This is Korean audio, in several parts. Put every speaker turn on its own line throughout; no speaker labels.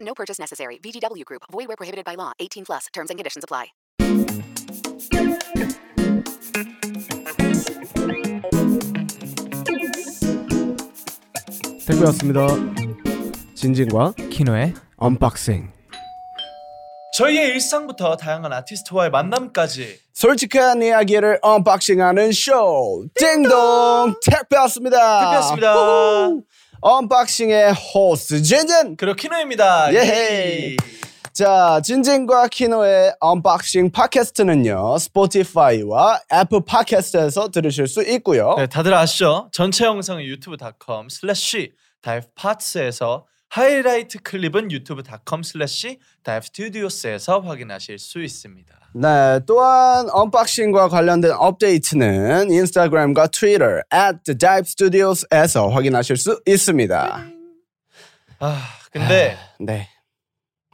No purchase necessary. VGW Group. Void where prohibited by law. 18 plus. Terms and conditions apply.
택배였습니다. 진진과
키노의
언박싱.
저희의 일상부터 다양한 아티스트와의 만남까지
솔직한 이야기를 언박싱하는 쇼. 띵동 택배였습니다.
택배였습니다.
후후. 언박싱의 호스트 진진.
그리고 키노입니다.
예헤이.
예이.
자, 진진과 키노의 언박싱 팟캐스트는요. 스포티파이와 애플 팟캐스트에서 들으실 수 있고요.
네, 다들 아시죠? 전체 영상은 유튜브.com 슬래시 다이브 파츠에서 하이라이트 클립은 유튜브.com 슬래시 다이브 스튜디오스에서 확인하실 수 있습니다.
네, 또한 언박싱과 관련된 업데이트는 인스타그램과 트위터 at the dive studios에서 확인하실 수 있습니다.
아, 근데
네,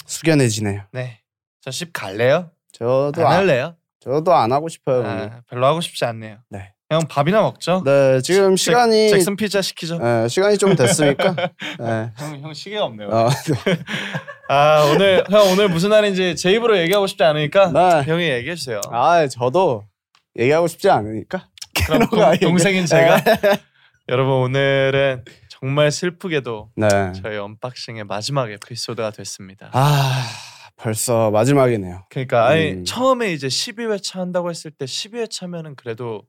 숙연해지네요.
네. 저 집 갈래요?
저도
안
안,
할래요?
저도 안 하고 싶어요. 오늘.
아, 별로 하고 싶지 않네요.
네.
그냥 밥이나 먹죠.
네, 지금
잭-
시간이
잭슨 피자 시키죠.
예, 시간이 좀 됐으니까. 네.
형, 형 시계가 없네요.
어,
아 오늘 형 오늘 무슨 날인지 제 입으로 얘기하고 싶지 않으니까
네.
형이 얘기해 주세요.
아, 저도 얘기하고 싶지 않으니까.
그럼
그런 거
동,
아니에요?
동생인 제가 여러분 오늘은 정말 슬프게도
네.
저희 언박싱의 마지막 에피소드가 됐습니다.
아, 벌써 마지막이네요.
그러니까 아니,
음.
처음에 이제 12회차 한다고 했을 때 12회차면은 그래도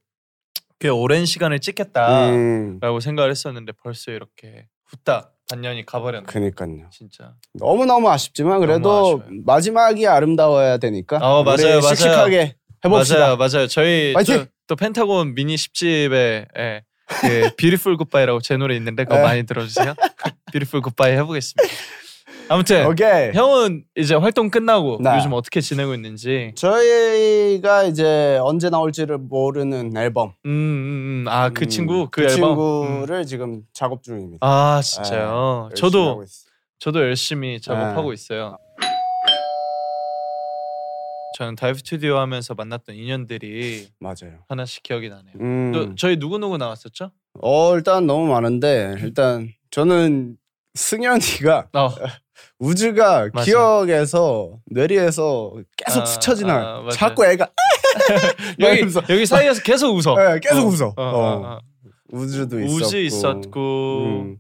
꽤 오랜 시간을 찍겠다라고
음,
생각을 했었는데 벌써 이렇게 후딱 반년이 가버렸네.
그니까요.
진짜.
너무 너무 아쉽지만
너무
그래도
아쉬워요.
마지막이 아름다워야 되니까.
어,
우리
맞아요, 맞아요.
씩씩하게 해봅시다.
맞아요, 맞아요. 저희
파이팅!
저- 또 펜타곤 미니 10집에 예, 그 뷰티풀 굿바이라고 제 노래 있는데 그거
예.
많이 들어주세요. 뷰티풀 굿바이 해보겠습니다. 아무튼
오케이.
형은 이제 활동 끝나고
네.
요즘 어떻게 지내고 있는지.
저희가 이제 언제 나올지를 모르는 앨범.
음, 음, 음. 아, 그
음,
친구 그, 앨범. 음.
친구를 지금 작업 중입니다.
아, 진짜요.
열심히 하고
저도
있어요. 아.
저도 열심히 작업하고 있어요. 저는 다이브 스튜디오 하면서 만났던 인연들이
맞아요.
하나씩 기억이 나네요.
음.
또 저희 누구 누구 나왔었죠?
어 일단 너무 많은데 일단 저는 승현이가
어.
우즈가
맞아요.
기억에서 뇌리에서 계속
아,
스쳐 지나
아,
요
맞아요.
자꾸 애가
여기
이러면서.
여기 사이에서 계속 웃어.
예, 계속
어,
웃어.
어,
어.
어, 어.
우즈도 있었고,
우즈 있었고
음.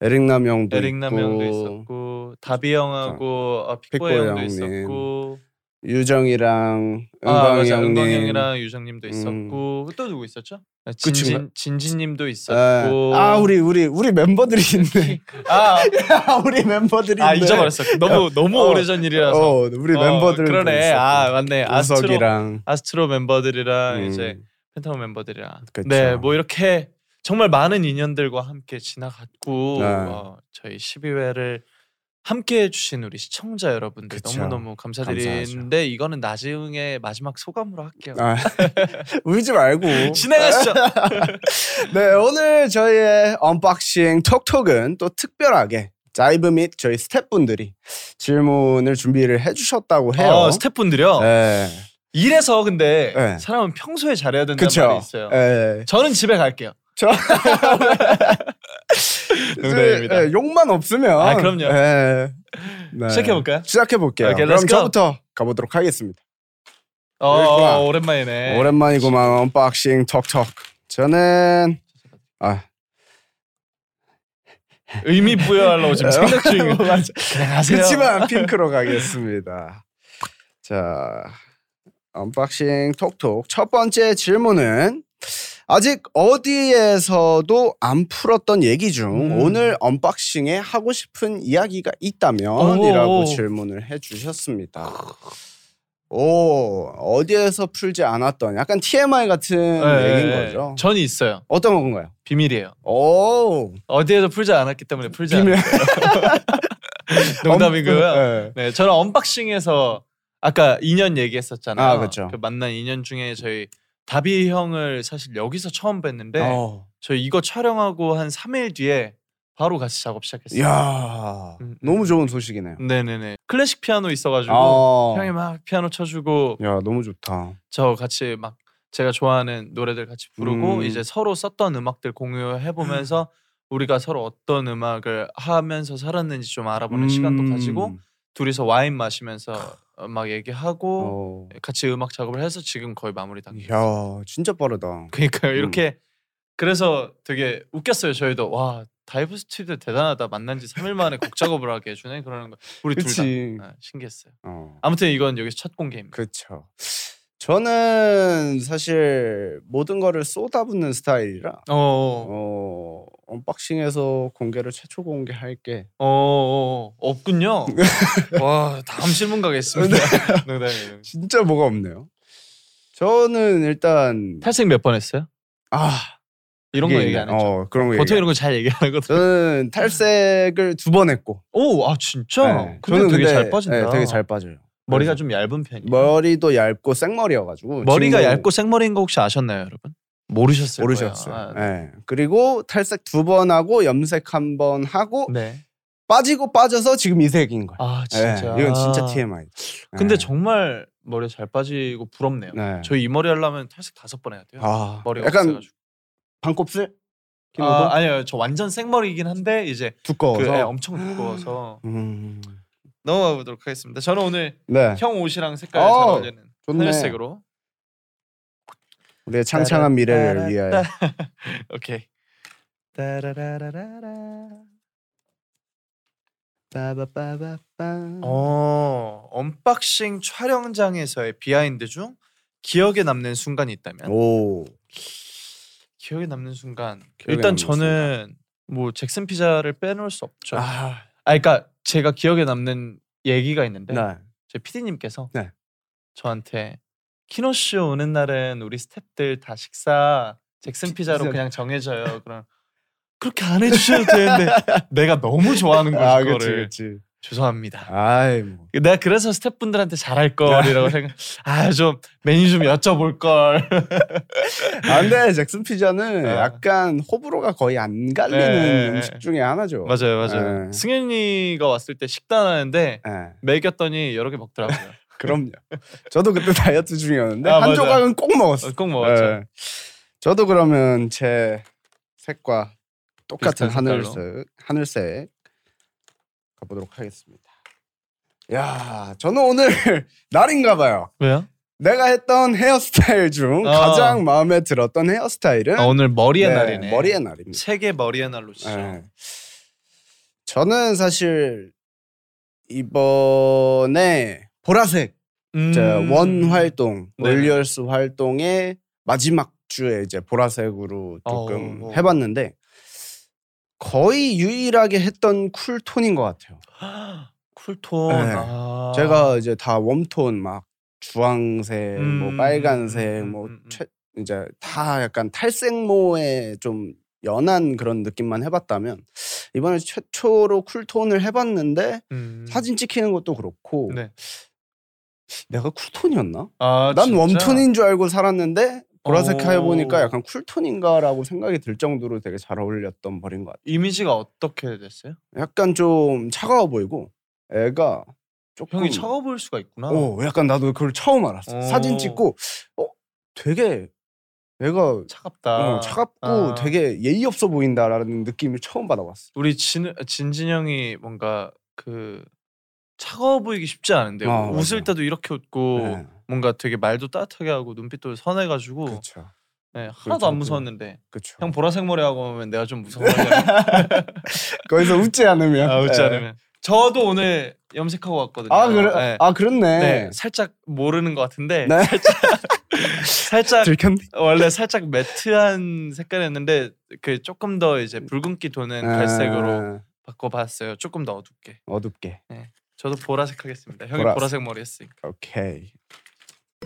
에릭남 형도
에릭남 형도
있고,
있었고 다비 형하고 어, 픽보이
픽보이
형도
형님.
있었고
유정이랑
아,
은광이
맞아.
형님,
은광이 형이랑 유정님도
음. 그
있었고 또 누구 있었죠? 아,
친구가-
진진 진진님도
예.
있었고
아 우리 우리 우리 멤버들이 있네.
아,
아, 우리 멤버들이
아
있네.
잊어버렸어. 너무 너무
어.
오래전 일이라서.
어 우리
어,
멤버들
그러네. 아 맞네. 아스트로
우석이랑
아스트로 멤버들이랑
음.
이제 펜타곤 멤버들이랑
그쵸.
네 뭐 이렇게 정말 많은 인연들과 함께 지나갔고
네.
어, 저희 12회를 함께 해주신 우리 시청자 여러분들
그쵸.
너무너무 감사드리는데 이거는 나중에 마지막 소감으로 할게요
아, 뭐? 울지 말고
진행하시죠
네, 오늘 저희의 언박싱 톡톡은 또 특별하게 자이브 및 저희 스태프분들이 질문을 준비를 해주셨다고 해요.
어, 스태프분들이요
네,
이래서 근데
네.
사람은 평소에 잘해야 된다는 말이
그쵸.
있어요
네.
저는 집에 갈게요
저
농담입니다.
네, 욕만 없으면.
아, 그럼요.
네. 네.
시작해볼까요?
시작해볼게요.
오케이,
그럼
let's go.
저부터 가보도록 하겠습니다.
어,
좋아.
어, 오랜만이네
오랜만이구만 언박싱 톡톡. 저는 아
의미 부여하려고 지금 생각 중이에요
맞아.
그냥 하세요
그렇지만 핑크로 가겠습니다. 자, 언박싱 톡톡 첫 번째 질문은 아직 어디에서도 안 풀었던 얘기 중
음.
오늘 언박싱에 하고 싶은 이야기가
오.
있다면이라고 질문을 해주셨습니다. 오 어디에서 풀지 않았던 약간 TMI 같은
네,
얘기인
네.
거죠.
전 있어요
어떤 건가요?
비밀이에요
오
어디에도 풀지 않았기 때문에 풀지 않았어요 농담이고요.
네.
네, 저는 언박싱에서 아까 인연 얘기했었잖아요.
아, 그쵸.
그 만난 인연 중에 저희 다비 형을 사실 여기서 처음 뵀는데
어.
저희 이거 촬영하고 한 3일 뒤에 바로 같이 작업 시작했어요.
야
음, 음.
너무 좋은 소식이네요.
네네네. 클래식 피아노 있어가지고
아.
형이 막 피아노 쳐주고
야 너무 좋다.
저 같이 막 제가 좋아하는 노래들 같이 부르고
음.
이제 서로 썼던 음악들 공유해 보면서 우리가 서로 어떤 음악을 하면서 살았는지 좀 알아보는 시간도
음.
가지고 둘이서 와인 마시면서 막 얘기하고
어.
같이 음악 작업을 해서 지금 거의 마무리 단계.
야 음. 진짜 빠르다.
그러니까요. 이렇게 그래서 되게 웃겼어요. 저희도 와 다이브 스튜디오 대단하다. 만난 지 3일 만에 곡 작업을 하게 해주네. 그러는 거 우리 둘 다 아, 음.
그치.
신기했어요.
어.
아무튼 이건 여기서 첫 공개입니다.
그렇죠. 저는 사실 모든 거를 쏟아붓는 스타일이라
어,
어, 언박싱에서 공개를 최초 공개할게.
어, 어, 없군요. 와 다음 질문 가겠습니다.
네.
네, 농담이에요.
진짜 뭐가 없네요. 저는 일단
탈색 몇 번 했어요?
아
이런 거
그게
얘기 안
있네.
했죠.
어, 그런 거 얘기. 어.
보통
안-
이런 거 잘 얘기하거든.
저는 탈색을 두 번 했고.
오, 아 진짜?
네.
근데 되게 잘 빠진다.
네, 되게 잘 빠져요.
머리가
그래서
좀 얇은 편이에요.
머리도 얇고 생머리여가지고
뭐 머리가
지금도
얇고 생머리인 거 혹시 아셨나요, 여러분? 모르셨을
모르셨어요.
거예요. 아,
네. 그리고 탈색 두 번 하고 염색 한 번 하고
네.
빠지고 빠져서 지금 이 색인 거예요.
아 진짜. 아.
네, 이건 진짜 TMI.
근데 정말 머리 잘 빠지고 부럽네요.
네.
저희 이 머리 하려면 탈색 다섯 번 해야 돼요.
아,
머리가
약간
없어가지고.
반곱슬?
아,
아,
아니요, 저 완전 생머리이긴 한데 이제
두꺼워서.
그 애 엄청 두꺼워서
음.
넘어가 보도록 하겠습니다. 저는 오늘
네.
형 옷이랑 색깔
어,
잘 어울리는
좋네.
하늘색으로.
우리의 창창한 미래를 위하여.
오케이. 따라라라라라.
빠바바바밤.
어, 언박싱 촬영장에서의 비하인드 중 기억에 남는 순간이 있다면
오.
기억에 남는 순간
기억에 남는
일단 저는 뭐 잭슨 피자를 빼놓을 수 없죠. 아,
아.
그러니까 제가 기억에 남는 얘기가 있는데
네.
제 PD님께서
네.
저한테 키노 쇼 오는 날은 우리 스탭들 다 식사 잭슨
피-
피자로
피자.
그냥 정해져요. 그럼 그렇게 안 해주셔도 되는데 내가 너무 좋아하는 거죠.
아, 그치,
그거를
그치.
죄송합니다.
아이, 뭐.
내가 그래서 스태프분들한테 잘할 걸이라고 생각. 아 좀 메뉴 좀 여쭤볼 걸.
아, 근데 잭슨 피자는
네.
약간 호불호가 거의 안 갈리는
네, 네, 네.
음식 중에 하나죠.
맞아요, 맞아요.
네.
승현이가 왔을 때 식단하는데
네.
먹였더니 여러 개 먹더라고요.
그럼요. 저도 그때 다이어트 중이었는데
아,
한
맞아요.
조각은 꼭
어,
먹었어요.
꼭 먹었죠.
예. 저도 그러면 제 색과 똑같은
비슷한 색깔로.
하늘색 하늘색 가보도록 하겠습니다. 야, 저는 오늘 날인가 봐요.
왜요?
내가 했던 헤어스타일 중
어.
가장 마음에 들었던 헤어스타일은
아, 오늘 머리의
네,
날이네.
머리의 날입니다.
세계 머리의 날로 치죠.
예. 저는 사실 이번에 보라색
음.
자, 원 활동
네.
올리얼스 활동의 마지막 주에 이제 보라색으로 조금
어우.
해봤는데 거의 유일하게 했던 쿨 톤인 것 같아요.
쿨톤.
네.
아.
제가 이제 다 웜톤 막 주황색, 뭐
음,
빨간색,
음,
뭐
음, 음.
최, 이제 다 약간 탈색모의 좀 연한 그런 느낌만 해봤다면 이번에 최초로 쿨톤을 해봤는데
음.
사진 찍히는 것도 그렇고
네.
내가 쿨톤이었나?
아,
난
진짜? 어.
웜톤인 줄 알고 살았는데 보라색
오.
해보니까 약간 쿨톤인가라고 생각이 들 정도로 되게 잘 어울렸던 머리인 것 같아요.
이미지가 어떻게 됐어요?
약간 좀 차가워 보이고 애가 조금
형이 차가워 보일 수가 있구나.
오, 어, 약간 나도 그걸 처음 알았어.
오.
사진 찍고 어 되게 애가
차갑다.
어, 차갑고
아.
되게 예의 없어 보인다라는 느낌을 처음 받아봤어.
우리 진 진진 형이 뭔가 그 차가워 보이기 쉽지 않은데
아,
요 웃을
맞아요.
때도 이렇게 웃고 뭔가 되게 말도 따뜻하게 하고 눈빛도 선해가지고
예, 그렇죠,
네, 하나도
그렇죠,
안
그-
무서웠는데
그렇죠.
형 보라색 머리 하고 오면 내가 좀 무서워하잖아
거기서 웃지 않으면
아, 웃지
예.
않으면 저도 오늘 염색하고 왔거든요
아 그래
네.
아 그렇네.
네, 살짝 모르는 것 같은데
네.
살짝
들켰네.
원래 살짝 매트한 색깔이었는데 그 조금 더 이제 붉은기 도는 네, 갈색으로
아,
바꿔봤어요 조금 더 어둡게
어둡게.
저도 보라색 하겠습니다. 형이
보라색.
보라색 머리 했으니까.
오케이.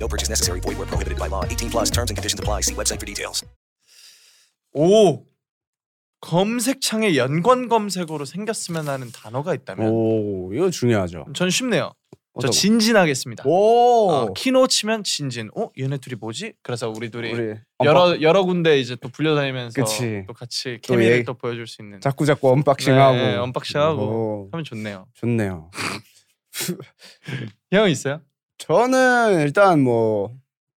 No purchase necessary. Void were prohibited by law. 18 plus terms and conditions apply. See website for details.
오 검색창에 연관 검색어로 생겼으면 하는 단어가 있다면
오 이거 중요하죠.
전 쉽네요. 저
어떤 거?
진진하겠습니다.
오
어, 키노 치면 진진. 어 얘네 둘이 뭐지? 그래서 우리 둘이
우리 어,
여러 여러 군데 이제 또 불려다니면서
그치.
또 같이
또
케미를 또,
얘기-
보여줄 수 있는.
자꾸 자꾸 언박싱하고
네, 언박싱하고
오,
하면 좋네요.
좋네요.
형 있어요?
저는 일단 뭐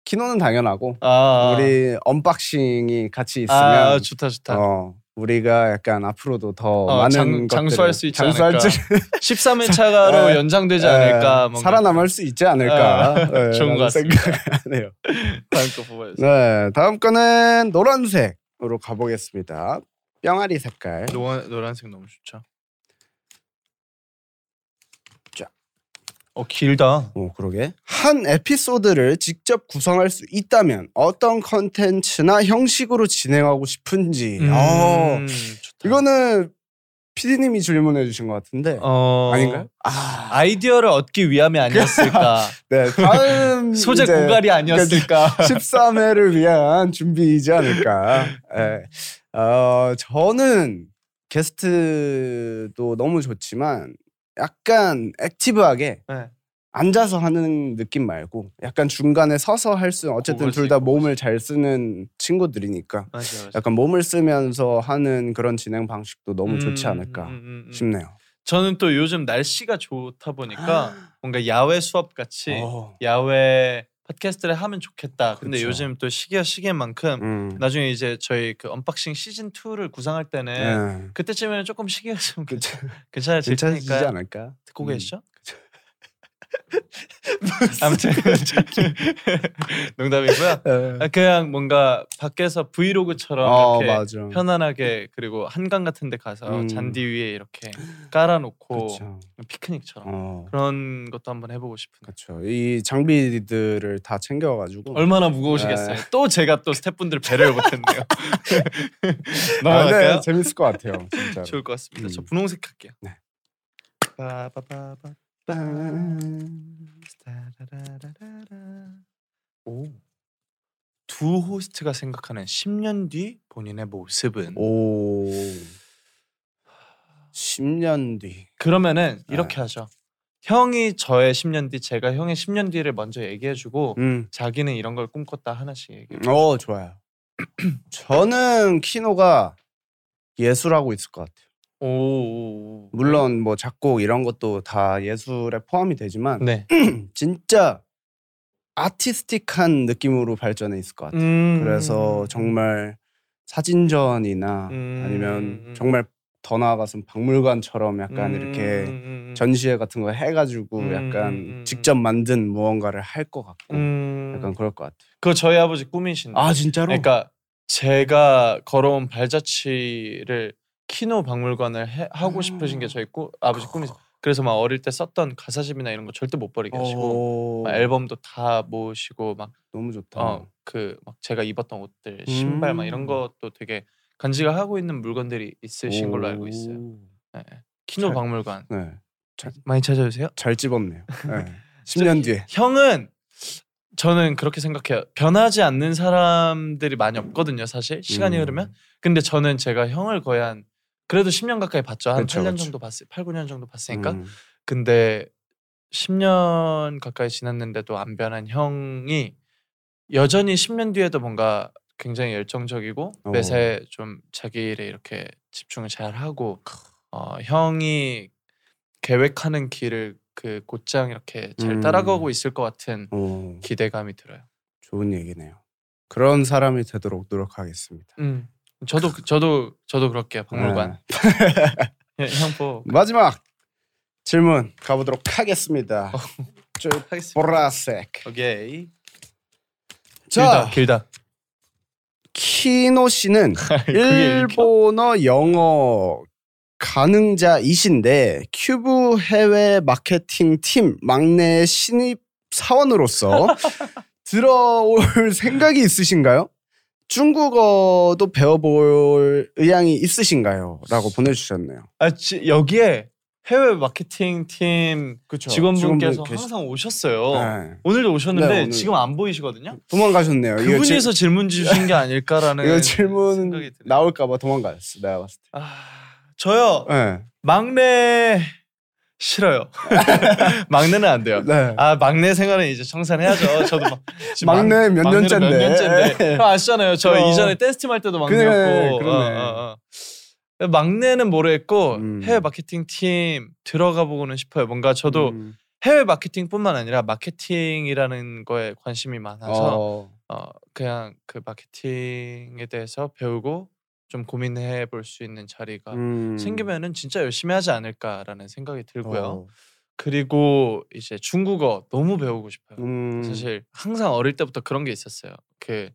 키노는 당연하고
아
우리 언박싱이 같이 있으면
아 좋다 좋다.
어, 우리가 약간 앞으로도 더
어,
많은
장-
것들을
장수할 수 있지
장수할
않을까.
줄-
13회 차가로
에,
연장되지
어. 에,
않을까. 뭔가
살아남을 수 있지 않을까
에,
예,
좋은 것
라는
같습니다.
생각하네요.
다음 거 뽑아요.
네 다음 거는 노란색으로 가보겠습니다. 뿅아리 색깔.
노란 노란색 너무 좋죠. 자, 어 길다.
오 그러게 한 에피소드를 직접 구성할 수 있다면 어떤 컨텐츠나 형식으로 진행하고 싶은지
음.
어,
좋다.
이거는 피디님이 질문해 주신 것 같은데
어...
아닌가요?
아... 이디어를 얻기 위함이 아니었을까?
네 다음
소재
이제 그러니까
고갈이 아니었을까?
13회를 위한 준비이지 않을까 네. 어, 저는 게스트도 너무 좋지만 약간 액티브하게
네.
앉아서 하는 느낌 말고 약간 중간에 서서 할 수 어쨌든
고글
둘 다
쓰고
몸을 잘 쓰는 친구들이니까
맞아, 맞아.
약간 몸을 쓰면서 하는 그런 진행 방식도 너무
음,
좋지 않을까
음, 음, 음.
싶네요.
저는 또 요즘 날씨가
아.
좋다 보니까 뭔가 야외 수업 그러니까 같이
어,
야외 팟캐스트를 하면 좋겠다. 근데
그쵸.
요즘 또 시기가 시기만큼
음.
나중에 이제 저희 그 언박싱 시즌 2를 구상할 때는
네.
그때쯤에는 조금 시기가 좀
그쵸.
괜찮아질
괜찮지
테니까
않을까?
듣고
음.
계시죠? 아무튼 농담이고요.
네.
아, 그냥 뭔가 밖에서 브이로그처럼
어
이렇게
맞아.
편안하게 그리고 한강 같은 데 가서
음.
잔디 위에 이렇게 깔아놓고
그렇죠.
피크닉처럼
어.
그런 것도 한번 해보고 싶은데
그렇죠. 이 장비들을 다 챙겨가지고.
얼마나 무거우시겠어요 네. 또 제가 또 스태프분들 배려를 못했네요
아,
넘어갈까요?
네, 재밌을 것 같아요. 진짜.
좋을 것 같습니다 저
음.
분홍색 할게요
네.
빠바바바
짠.
따라라라라라. 오. 두 호스트가 생각하는 10년 뒤 본인의 모습은
오. 10년 뒤.
그러면은
네.
이렇게 하죠. 형이 저의 10년 뒤, 제가 형의 10년 뒤를 먼저 얘기해주고
음.
자기는 이런 걸 꿈꿨다 하나씩 얘기해.
어 좋아요. 저는 키노가 예술하고 있을 것 같아요.
오, 오, 오.
물론 뭐 작곡 이런 것도 다 예술에 포함이 되지만
네.
진짜 아티스틱한 느낌으로 발전해 있을 것 같아요.
음.
그래서 정말 사진전이나
음.
아니면 정말 더 나아가서 박물관처럼 약간
음,
이렇게
음, 음.
전시회 같은 거 해가지고
음, 음, 음,
약간
음.
직접 만든 무언가를 할 것 같고
음.
약간 그럴 것 같아요.
그거 저희 아버지 꿈이신데.
아 진짜로?
그러니까 제가 걸어온 발자취를 키노 박물관을 해- 하고 싶으신 게 저희 꿈 아버지 꿈이세요. 그래서 막 어릴 때 썼던 가사집이나 이런 거 절대 못 버리게 하시고
오,
막 앨범도 다 모으시고 막
너무 좋다.
어 그 막 제가 입었던 옷들 신발 막 이런
음.
것도 되게 간지가 하고 있는 물건들이 있으신 걸로 알고 있어요.
오.
예, 예. 키노
잘-
박물관
네,
많이 찾아주세요.
잘 집었네요. 네. 10년 뒤에.
형은 저는 그렇게 생각해요. 변하지 않는 사람들이 많이 없거든요, 사실 시간이
음.
흐르면. 근데 저는 제가 형을 거의 한 그래도 10년 가까이 봤죠. 한
그쵸,
8년
그쵸.
정도 봤을 8, 9년 정도 봤으니까.
음.
근데 10년 가까이 지났는데도 안 변한 형이 여전히 10년 뒤에도 뭔가 굉장히 열정적이고
어.
매사에 좀 자기 일에 이렇게 집중을 잘 하고 어, 형이 계획하는 길을 그 곧장 이렇게 잘
음.
따라가고 있을 것 같은
오,
기대감이 들어요.
어, 좋은 얘기네요. 그런 사람이 되도록 노력하겠습니다.
음. 저도 그- 저도 저도 그럴게요. 박물관.
네.
예, 형보
마지막 질문 가보도록 하겠습니다. 저
하겠습니다.
보라색.
오케이.
자,
길다 길다.
키노 씨는
그게 읽혀?
일본어 영어 가능자이신데 큐브 해외 마케팅 팀 막내 신입 사원으로서 들어올 생각이 있으신가요? 중국어도 배워볼 의향이 있으신가요? 라고 보내주셨네요.
아, 지, 여기에 해외 마케팅 팀
그쵸.
직원분께서
직원분 계시-
항상 오셨어요.
네.
오늘도 오셨는데
네, 오늘.
지금 안 보이시거든요.
도망가셨네요. 이거 질-
그분이서 질문 주신 게 아닐까라는
이거 질문
생각이 드네요.
나올까봐 도망갔어. 내가 봤을 때.
아, 저요
네.
막내 싫어요. 막내는 안 돼요.
네.
아 막내 생활은 이제 청산해야죠. 저도 막, 지금
막내
막-
몇
막내는
년째인데. 예.
몇 년째인데. 음. 형 아시잖아요. 저
그럼.
이전에 댄스 팀 할 때도
그래,
막내였고.
그러네.
어. 막내는 모르겠고
음.
해외 마케팅 팀 들어가 보고는 싶어요. 뭔가 저도
음.
해외 마케팅뿐만 아니라 마케팅이라는 거에 관심이 많아서
어.
어, 그냥 그 마케팅에 대해서 배우고 좀 고민해 볼 수 있는 자리가
음.
생기면은 진짜 열심히 하지 않을까라는 생각이 들고요.
어.
그리고 이제 중국어 너무 배우고 싶어요.
음.
사실 항상 어릴 때부터 그런 게 있었어요. 그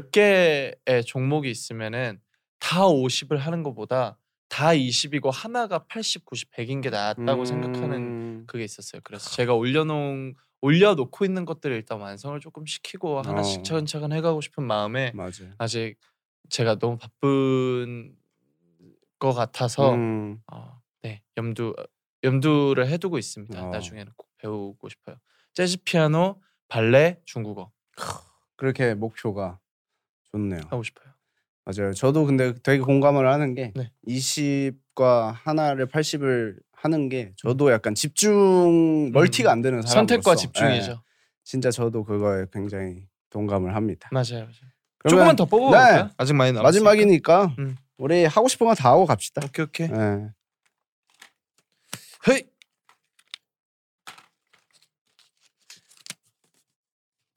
10개의 종목이 있으면은 다 50을 하는 것보다 다 20이고 하나가 80, 90, 100인 게 낫다고 생각하는
음.
그게 있었어요. 그래서 제가 올려놓은 올려놓고 있는 것들을 일단 완성을 조금 시키고 하나씩
어.
차근차근 해가고 싶은 마음에
맞아요.
아직 제가 너무 바쁜 것 같아서
음.
어, 네 염두 염두를 해두고 있습니다.
어.
나중에는 꼭 배우고 싶어요. 재즈 피아노, 발레, 중국어
그렇게 목표가 좋네요.
하고 싶어요.
맞아요. 저도 근데 되게 공감을 하는 게
네.
20과 하나를 80을 하는 게 저도 약간 집중 멀티가 안 되는 사람
음. 선택과 집중이죠.
진짜 저도 그거에 굉장히 동감을 합니다.
맞아요. 맞아요.
그러면
네. 조금만 더 뽑아볼까요?
네.
아직 많이 남았어요.
마지막이니까
음.
우리 하고 싶은 거 다 하고 갑시다.
오케이 오케이.
네.
헤이.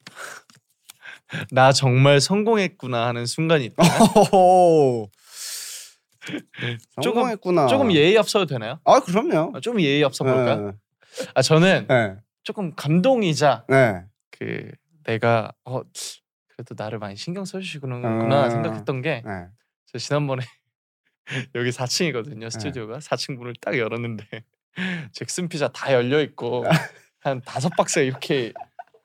나 정말 성공했구나 하는 순간이 있다.
호호호.
조금-
성공했구나.
조금 예의 없어도 되나요?
아 그럼요.
아, 조금 예의 없어 볼까요? 아 저는
네.
조금 감동이자
네.
그 내가 어 그래도 나를 많이 신경 써주시구나
아.
생각했던 게
네.
저 지난번에 여기 4층이거든요 스튜디오가 4층 문을 딱 열었는데 잭슨 피자 다 열려
아.
있고 한 다섯 박스 이렇게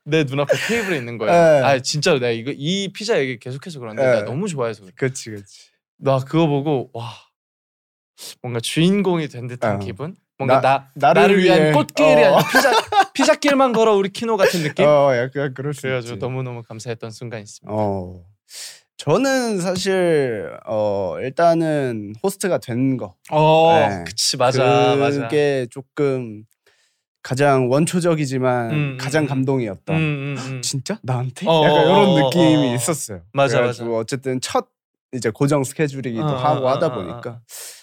내 눈앞에 테이블에 있는 거예요.
네.
아 진짜로 내가 이거 이 피자 얘기 계속해서 그런데
네.
내가 너무 좋아해서 그래.
그렇지 그렇지.
나 그거 보고 와 뭔가 주인공이 된 듯한
어.
기분. 뭔가 나, 나
나를
를 위한
위해.
꽃길이
어.
아니라 피자 피자길만 걸어 우리 키노 같은 느낌.
어 약간 그럴 수
그래가지고
있지.
너무 너무 감사했던 순간 있습니다.
어. 저는 사실 어 일단은 호스트가 된 거.
어,
네.
그치 맞아 맞아.
그게 조금 가장 원초적이지만
음, 음,
가장
음.
감동이었다.
음, 음, 음.
진짜 나한테?
어,
약간
어,
이런
어, 어,
느낌이
어.
있었어요.
맞아,
그래가지고
맞아.
어쨌든 첫 이제 고정 스케줄이기도
어,
하고
어,
하다
어, 어,
보니까
어.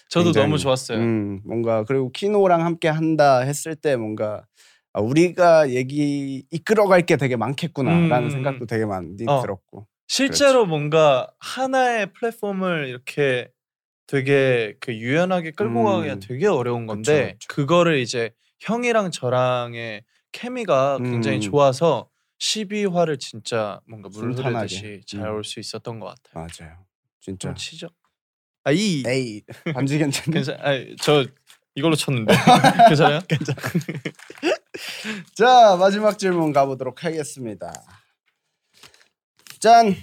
저도
굉장히,
너무 좋았어요.
음, 뭔가 그리고 키노랑 함께 한다 했을 때 뭔가 아, 우리가 얘기 이끌어갈 게 되게 많겠구나라는
음,
생각도 되게 많이
어.
들었고.
실제로
그렇죠.
뭔가 하나의 플랫폼을 이렇게 되게 그 유연하게 끌고
음.
가기가 되게 어려운 건데
그쵸,
그거를 이제 형이랑 저랑의 케미가 굉장히
음.
좋아서 12화를 진짜 뭔가 물
순탄하게.
흐르듯이 잘
음.
올 수 있었던 것 같아요.
맞아요. 진짜.
좀 치죠. 아이
에이 반지 괜찮네.
괜찮. 아저 이걸로 쳤는데 괜찮아요? 괜찮.
자 마지막 질문 가보도록 하겠습니다. 짠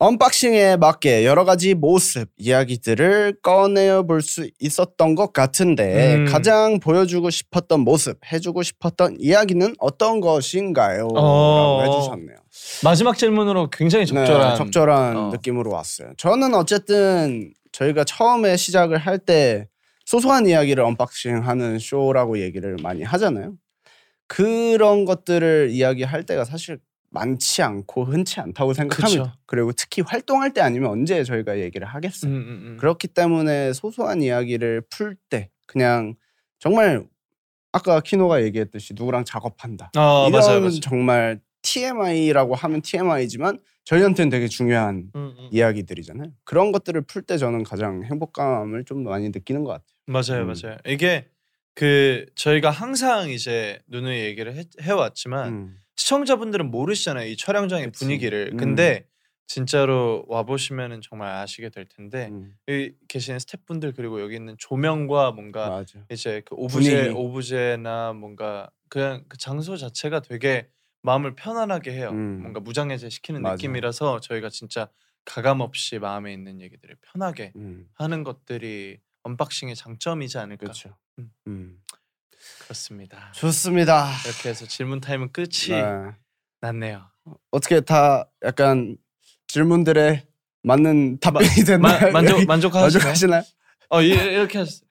언박싱에 맞게 여러 가지 모습 이야기들을 꺼내어 볼 수 있었던 것 같은데
음.
가장 보여주고 싶었던 모습 해주고 싶었던 이야기는 어떤 것인가요?
어.
라고 해주셨네요.
마지막 질문으로 굉장히
네,
적절한
적절한
어.
느낌으로 왔어요. 저는 어쨌든 저희가 처음에 시작을 할 때 소소한 이야기를 언박싱하는 쇼라고 얘기를 많이 하잖아요. 그런 것들을 이야기할 때가 사실 많지 않고 흔치 않다고 생각합니다.
그쵸.
그리고 특히 활동할 때 아니면 언제 저희가 얘기를 하겠어요.
음, 음, 음.
그렇기 때문에 소소한 이야기를 풀 때 그냥 정말 아까 키노가 얘기했듯이 누구랑 작업한다.
아
이런
맞아요 맞아요.
정말 TMI라고 하면 TMI지만 저희한테는 되게 중요한
음, 음.
이야기들이잖아요. 그런 것들을 풀 때 저는 가장 행복감을 좀 많이 느끼는 것 같아요.
맞아요,
음.
맞아요. 이게 그 저희가 항상 이제 누누이 얘기를 해, 왔지만
음.
시청자분들은 모르시잖아요 이 촬영장의
그치.
분위기를.
음.
근데 진짜로 와 보시면은 정말 아시게 될 텐데
음.
여기 계시는 스태프분들 그리고 여기 있는 조명과 뭔가
맞아.
이제 그 오브제
분위기.
오브제나 뭔가 그냥 그 장소 자체가 되게 마음을 편안하게 해요.
음.
뭔가 무장해제 시키는
맞아요.
느낌이라서 저희가 진짜 가감 없이 마음에 있는 얘기들을 편하게
음.
하는 것들이 언박싱의 장점이지 않을까
그렇죠.
음.
음.
그렇습니다.
좋습니다.
이렇게 해서 질문 타임은 끝이
네.
났네요.
어떻게 다 약간 질문들에 맞는 답변이
마-
됐나요?
만족
네. 여기
만족하시나요?
만족하시나요?
어 이- 이렇게 하시...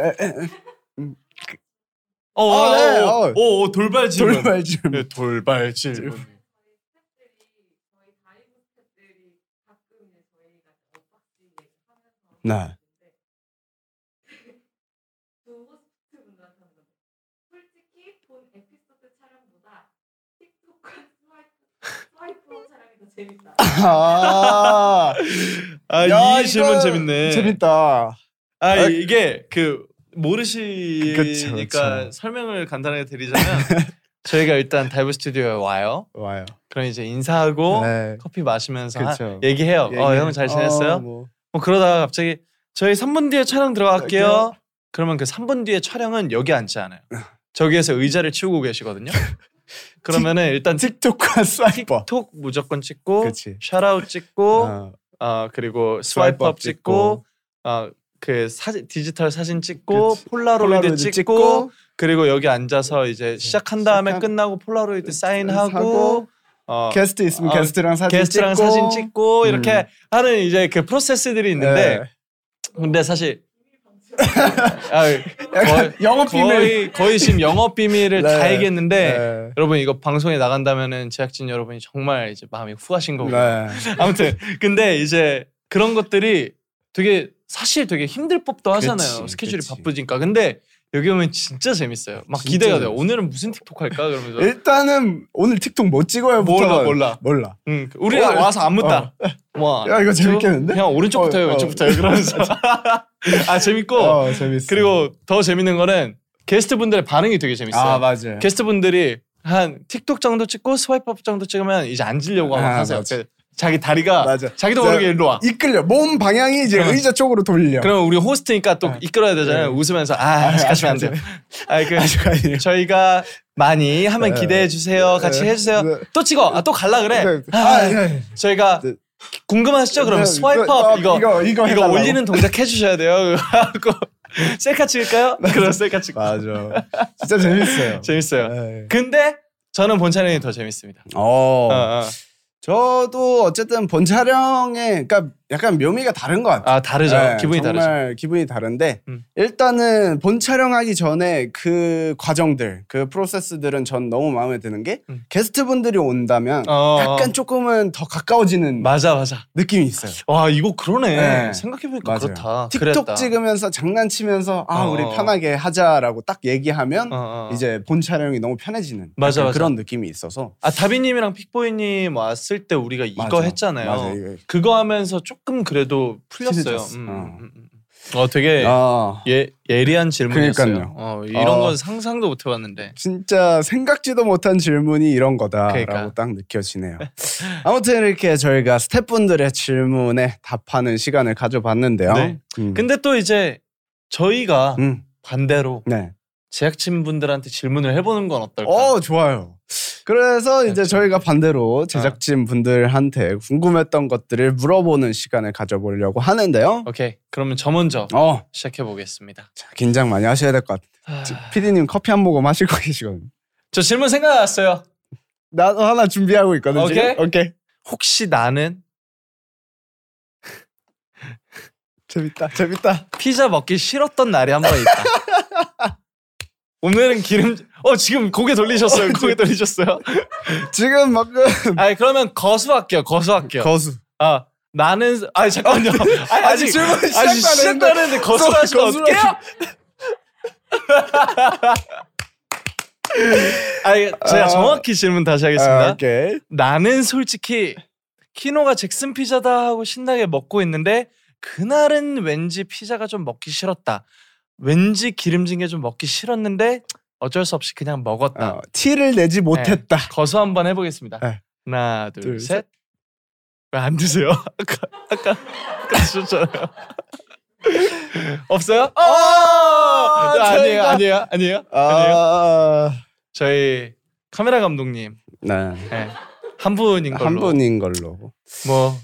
에, 에, 에.
어, 오,
아, 네, 어.
오, 오, 돌발 질문.
돌발 질문.
네, 돌발 질문.
네. 아,
아,
야,
이 질문
이거
재밌네.
재밌다.
아
아,
이게 그 모르시니까
그쵸, 그쵸.
설명을 간단하게 드리자면 저희가 일단 다이브 스튜디오에 와요.
와요.
그럼 이제 인사하고
네.
커피 마시면서 하-
그쵸.
얘기해요. 어,
얘기해.
형 잘 지냈어요?
어,
뭐.
뭐.
그러다가 갑자기 저희 3분 뒤에 촬영 들어갈게요.
갈게요.
그러면 그 3분 뒤에 촬영은 여기 앉지 않아요. 저기에서 의자를 치우고 계시거든요. 그러면은 일단
틱톡과 사이버.
틱톡 어, 무조건 찍고
그치.
샤라웃 찍고
어,
아 그리고
스와이프업
스와이프업 찍고 아 그 사진 디지털 사진 찍고
그치.
폴라로이드,
폴라로이드
찍고,
찍고, 네,
그리고 여기 앉아서 이제 시작한 다음에
시작한- 네,
끝나고 폴라로이드 사인하고
사고,
어,
게스트 있으면
어,
게스트랑 사진
게스트랑
찍고.
사진 찍고 이렇게
음.
하는 이제 그 프로세스들이 있는데
네.
근데 사실 아, 거의,
약간 영업 비밀.
거의 거의 지금 영업 비밀을
네.
다 얘기했는데
네.
여러분 이거 방송에 나간다면은 제작진 여러분이 정말 이제 마음이 후하신 거고 요
네.
아무튼 근데 이제 그런 것들이 되게 사실 되게 힘들 법도 하잖아요
그치,
스케줄이
그치.
바쁘니까 근데 여기 오면 진짜 재밌어요 막
진짜
기대가 돼요
재밌어.
오늘은 무슨 틱톡 할까 그러면서
일단은 오늘 틱톡 못 찍어요.
몰라, 몰라.
몰라.
응, 그 우리가
오늘-
와서 안 묻다 와,
어, 야, 이거
저-
재밌겠는데?
그냥 오른쪽부터 해요
어, 어.
왼쪽부터 해요 그러면서 아 재밌고
어, 재밌어.
그리고 더 재밌는 거는 게스트분들의 반응이 되게 재밌어요
아 맞아요.
게스트분들이 한 틱톡 정도 찍고 스와이프업 정도 찍으면 이제 앉으려고 하고
아,
하세요.
맞아.
그 자기 다리가
맞아.
자기도 모르게 일로 와.
이끌려. 몸 방향이 이제
그러면-
의자 쪽으로 돌려.
그러면 우리 호스트니까 또 이끌어야 되잖아요. 웃으면서 아 같이 가시면 안 돼요. 아, 그,
네. 아니에요.
저희가 많이 하면
네.
기대해 주세요. 같이
네.
해주세요.
네.
또 찍어. 아, 또 갈라 그래.
네.
아,
아, 네.
저희가
네.
궁금하시죠? 그러면
네,
스와이프업
이거-
이거 이거,
이거- 이거 해달라고.
올리는 동작 해주셔야 돼요. 하고 셀카 찍을까요? 그럼 셀카 찍고
네. 맞아. 진짜 재밌어요.
재밌어요.
네.
근데 저는 본 촬영이 더 재밌습니다.
어.
어, 어.
저도 어쨌든 본 촬영에 그러니까 약간 묘미가 다른 것 같아요.
아 다르죠.
네,
기분이 다르죠.
정말 기분이 다른데
음.
일단은 본 촬영하기 전에 그 과정들, 그 프로세스들은 전 너무 마음에 드는 게
음.
게스트분들이 온다면
어,
약간 조금은 더 가까워지는
맞아 맞아.
느낌이 있어요.
와 이거 그러네.
네.
생각해보니까
맞아요.
그렇다.
틱톡
그랬다.
찍으면서 장난치면서 아
어,
우리
어.
편하게 하자라고 딱 얘기하면
어, 어.
이제 본 촬영이 너무 편해지는
맞아,
약간
맞아.
그런 느낌이 있어서
아 다비님이랑 픽보이님 왔을 때 우리가 이거
맞아.
했잖아요.
맞아, 이거.
그거 하면서 조금 그래도 풀렸어요.
친해졌어.
음,
어.
음, 음, 음. 어 되게
아
예 예리한 질문이었어요.
그러니까요.
어, 이런
어.
건 상상도 못 해봤는데.
진짜 생각지도 못한 질문이 이런 거다라고
그러니까.
딱 느껴지네요. 아무튼 이렇게 저희가 스태프분들의 질문에 답하는 시간을 가져봤는데요.
네.
음.
근데 또 이제 저희가
음,
반대로
네.
제작진 분들한테 질문을 해보는 건 어떨까?
어 좋아요. 그래서 이제
제작진.
저희가 반대로
아.
제작진 분들한테 궁금했던 것들을 물어보는 시간을 가져보려고 하는데요.
오케이. 그러면 저 먼저
어
시작해 보겠습니다.
자, 긴장 많이 하셔야 될 것 같아요. 피디님 커피 한 모금 하시고 계시거든요.
저 질문 생각났어요.
나도 하나 준비하고 있거든요. 지금.
오케이?
오케이.
혹시 나는
재밌다. 재밌다.
피자 먹기 싫었던 날이 한 번 있다. 오늘은 기름 어 지금 고개 돌리셨어요. 고개 돌리셨어요.
지금 막
아니 그러면 거수할게요. 거수할게요.
거수.
아 나는 아니 잠깐만요. 아니, 아직
아직 질문
아직
시작도 안
시작도 안 했는데 거수하시면
거수를
어떡해요? 아니 제가
아.
정확히 질문 다시 하겠습니다.
아, 오케이.
나는 솔직히 키노가 잭슨 피자다 하고 신나게 먹고 있는데 그날은 왠지 피자가 좀 먹기 싫었다. 왠지 기름진 게 좀 먹기 싫었는데 어쩔 수 없이 그냥 먹었다.
어, 티를 내지
네.
못했다.
거수 한번 해보겠습니다.
네.
하나
둘,
둘 셋. 왜 안 드세요? 아까 아까 드셨잖아요. 없어요? 어! 아니에요,
저희가-
아니에요, 아니에요, 아니에요.
아,
저희 카메라 감독님
네.
네. 한 분인 걸로.
한 분인 걸로.
뭐더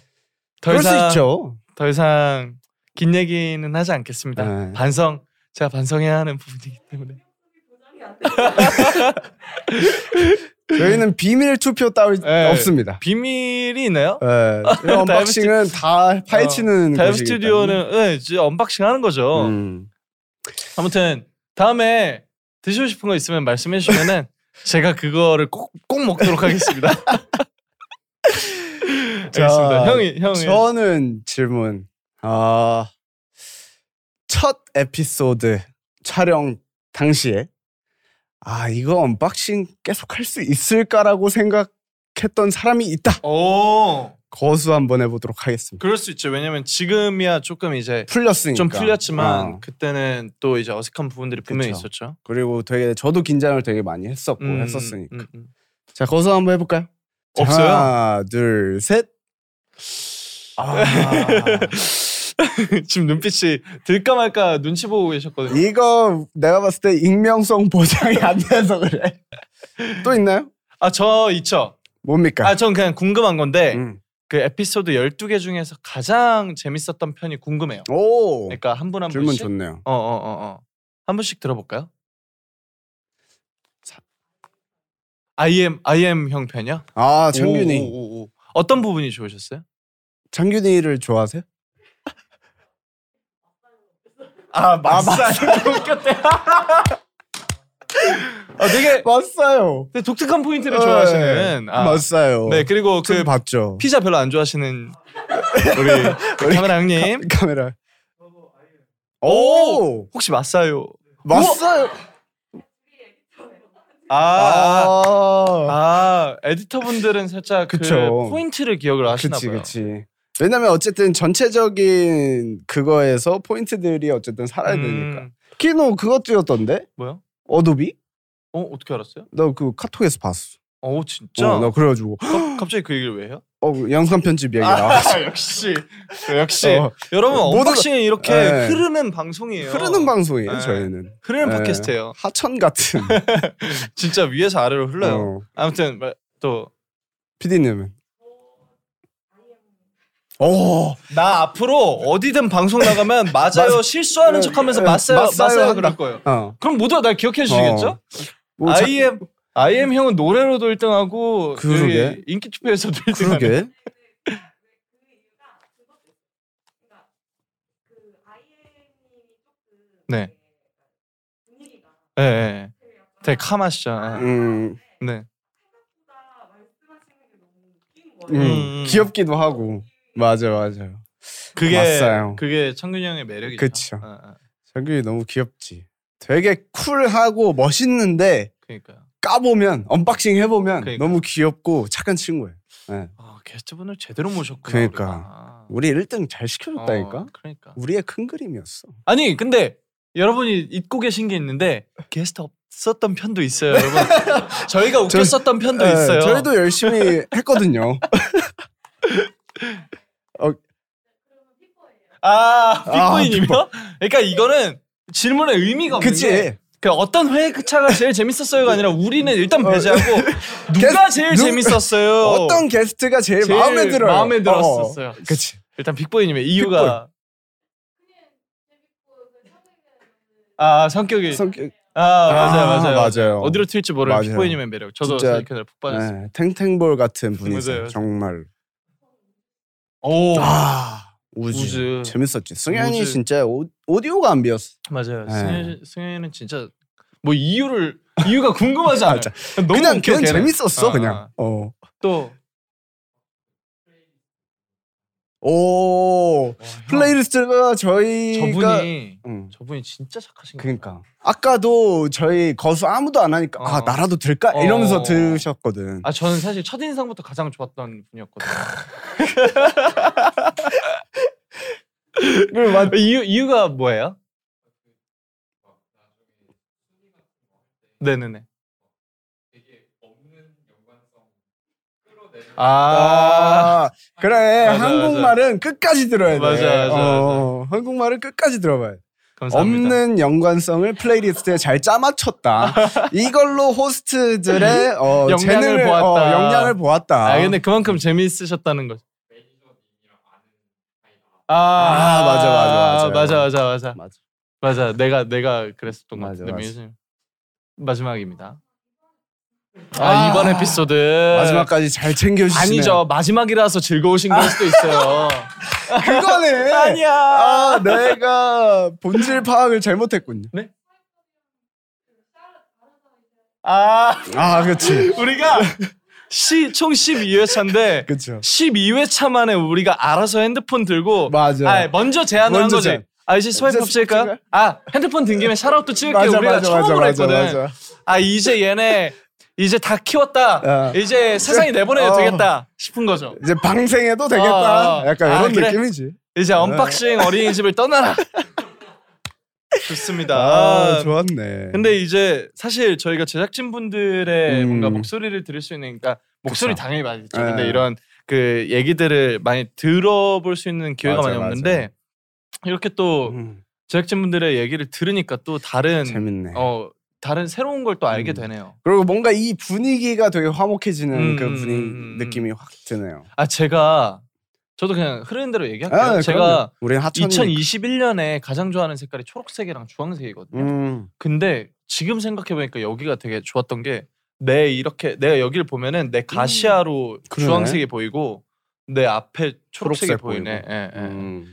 그럴 수
이상
있죠.
더 이상 긴 얘기는 하지 않겠습니다.
네.
반성 제가 반성해야 하는 부분이기 때문에.
저희는 비밀 투표 따위
네.
없습니다.
비밀이 있나요?
예, 이 언박싱은 다 파헤치는
어, 다이브
것이기
스튜디오는 어. 네, 이제 언박싱 하는 거죠.
때문에. 음.
아무튼 다음에 드시고 싶은 거 있으면 말씀해 주시면은 제가 그거를 꼭, 꼭 먹도록 하겠습니다. 알겠습니다. 형이 형이
저는 질문. 아, 첫 에피소드 촬영 당시에 아 이거 언박싱 계속 할 수 있을까라고 생각했던 사람이 있다.
오
거수 한번 해보도록 하겠습니다.
그럴 수 있죠. 왜냐면 지금이야 조금 이제
풀렸으니까.
좀 풀렸지만
어,
그때는 또 이제 어색한 부분들이 분명히
그쵸.
있었죠.
그리고 되게 저도 긴장을 되게 많이 했었고
음,
했었으니까.
음, 음.
자 거수 한번 해볼까요? 자,
없어요?
하나 둘 셋. 아,
지금 눈빛이 들까 말까 눈치 보고
예.
계셨거든요.
이거 내가 봤을 때 익명성 보장이 안 돼서 그래. 또 있나요?
아 저 있죠.
뭡니까?
아전 그냥 궁금한 건데
음.
그 에피소드 12개 중에서 가장 재밌었던 편이 궁금해요.
오
그러니까 한 분 한
어. 질문
분씩
좋네요.
어 어 어 어. 한 분씩 들어볼까요?
자.
IM IM 형 편이요?
아 장균이
오, 오, 오, 오. 어떤 부분이 좋으셨어요?
장균이를 좋아하세요?
아 막상 웃겼대. 아 되게
맞아요.
되게 독특한 포인트를 좋아하시는. 아.
네. 맞아요.
네 그리고 그
그 봤죠.
피자 별로 안 좋아하시는 우리
우리
카메라 형님
카, 메라 오,
혹시 맞아요?
맞아요.
아, 아,
아,
아, 에디터분들은 살짝 그
그쵸. 아,
포인트를 기억을 하시나
그치
봐요.
그치. 왜냐면 어쨌든 전체적인 그거에서 포인트들이 어쨌든 살아야 되니까.
음,
키노 그거 뛰었던데?
뭐야?
어도비?
어 어떻게 알았어요?
나 그 카톡에서 봤어.
어 진짜?
어, 나 그래가지고
갑- 갑자기 그 얘기를 왜 해요? 아,
어, 영상 편집 얘기 나왔어.
역시 그 역시
어.
여러분
모든-
언박싱이 이렇게
네.
흐르는 방송이에요.
흐르는 방송이에요
네.
저희는.
흐르는
네.
팟캐스트예요.
하천 같은.
진짜 위에서 아래로 흘러요.
어,
아무튼 마- 또
PD님은. 오.
나 앞으로 어디든 방송 나가면 맞아요 실수하는
네,
척하면서
네,
맞아요
맞아요
맞아요
한다.
그럴 거예요.
어.
그럼 모두가 날 기억해 주시겠죠?
어. 뭐 자-
IM IM 형은 노래로도 1등하고
그러게.
인기 투표에서도 1등하는
그러게.
네. 예. 네, 되게 카마시죠. 예.
음,
네.
음,
음.
귀엽기도 하고. 맞아 맞아.
그게
맞아요.
그게 창균이 형의 매력이죠.
그쵸.
어, 어.
자기 너무 귀엽지. 되게 쿨하고 멋있는데
그러니까요.
까보면 언박싱 해보면
그러니까.
너무 귀엽고 착한 친구예요. 네.
아, 게스트분을 제대로 모셨구나.
그러니까.
우리가.
우리 1등 잘
어,
시켜줬다니까.
그러니까.
우리의 큰 그림이었어.
아니 근데 여러분이 잊고 계신 게 있는데 게스트 없었던 편도 있어요, 여러분. 저희가 웃겼었던 편도
네,
있어요.
저희도 열심히 했거든요.
아 빅보이님이요?
빅보이.
그러니까 이거는 질문의 의미가 없는 게
뭐. 그치? 그
그 어떤 회차가 제일 재밌었어요가 아니라 우리는 일단 배제하고 누가 제일
누-
재밌었어요?
어떤 게스트가 제일,
제일
마음에 들어요?
마음에
어,
들었었어요.
그치.
일단 빅보이님의 이유가 아 성격이
성격,
아 맞아요
아,
맞아요
맞아요.
어디로 튈지 모르는
맞아요.
빅보이님의 매력 저도
진짜-
사실 그날 푹 빠졌어요.
네, 탱탱볼 같은 분이세요.
맞아요.
정말.
오
아 우즈.
우즈.
재밌었지. 승현이
우즈.
진짜 오, 오디오가 안 비었어.
맞아요
네.
승현 승현이는 진짜 뭐 이유를 이유가 궁금하지 않아요.
맞아.
너무
그냥
웃겨,
그냥
걔는.
재밌었어
아,
그냥.
아.
어.
또
오
와, 형,
플레이리스트가 저희가
저분이
음,
저분이 진짜 착하신 거예요.
그러니까 아까도 저희 거수 아무도 안 하니까 아
어.
나라도 들까
어.
이러면서 들으셨거든.
아 저는 사실 첫 인상부터 가장 좋았던 분이었거든요.
그리고 막
이유 이유가 뭐예요? 네네네. 아,
아, 그래
맞아,
한국말은 끝까지 들어야 돼.
맞아, 맞아,
어, 한국말은 끝까지 들어봐야 돼.
감사합니다.
없는 연관성을 플레이리스트에 잘 짜맞췄다. 이걸로 호스트들의 어,
역량을
재능을
보았다.
어, 역량을 보았다.
아 근데 그만큼 재미있으셨다는 거죠. 아,
아, 맞아, 맞아, 맞아.
맞아 맞아 맞아
맞아.
맞아 내가 내가 그랬었던 것
맞아,
같은데
맞아.
민수님 마지막입니다. 아, 이번 에피소드
마지막까지 잘 챙겨주시네.
아니죠 마지막이라서 즐거우신 걸 수도 있어요.
그거네.
아니야.
아, 내가 본질 파악을 잘못했군요.
아
아, 그렇지.
우리가 시, 총 12회차인데
그렇죠.
12회차 만에 우리가 알아서 핸드폰 들고
맞아.
아, 먼저 제안을 한
먼저
거지.
제안.
아저씨 스와이프
스와이프
찍을까요?
찍을까요?
아 핸드폰 든 김에 샤라웃도 찍을게
맞아,
우리가
맞아,
처음으로
맞아,
했거든.
맞아, 맞아.
아 이제 얘네 이제 다 키웠다.
어.
이제 세상에 내보내도
어.
되겠다 싶은 거죠.
이제 방생해도
어,
되겠다.
어.
약간
아,
이런
그래.
느낌이지.
이제 언박싱 어린이집을 떠나라. 좋습니다.
아, 좋았네.
근데 이제 사실 저희가 제작진 분들의
음.
뭔가 목소리를 들을 수 있는 그러니까 목소리
그쵸.
당연히 많이 듣죠.
예.
근데 이런 그 얘기들을 많이 들어볼 수 있는 기회가
맞아,
많이
맞아.
없는데 이렇게 또
음,
제작진 분들의 얘기를 들으니까 또 다른
재밌네.
어 다른 새로운 걸 또 알게
음.
되네요.
그리고 뭔가 이 분위기가 되게 화목해지는
음,
그
음,
분위
음, 음.
느낌이 확 드네요.
아 제가 저도 그냥 흐르는 대로 얘기할게요.
아,
제가
우리 하천
2021년에 가장 좋아하는 색깔이 초록색이랑 주황색이거든요.
음,
근데 지금 생각해보니까 여기가 되게 좋았던 게 내 이렇게 내가 여기를 보면은 내 가시아로
음. 그러네.
주황색이 보이고 내 앞에 초록색이
초록색
보이네. 예, 예.
음.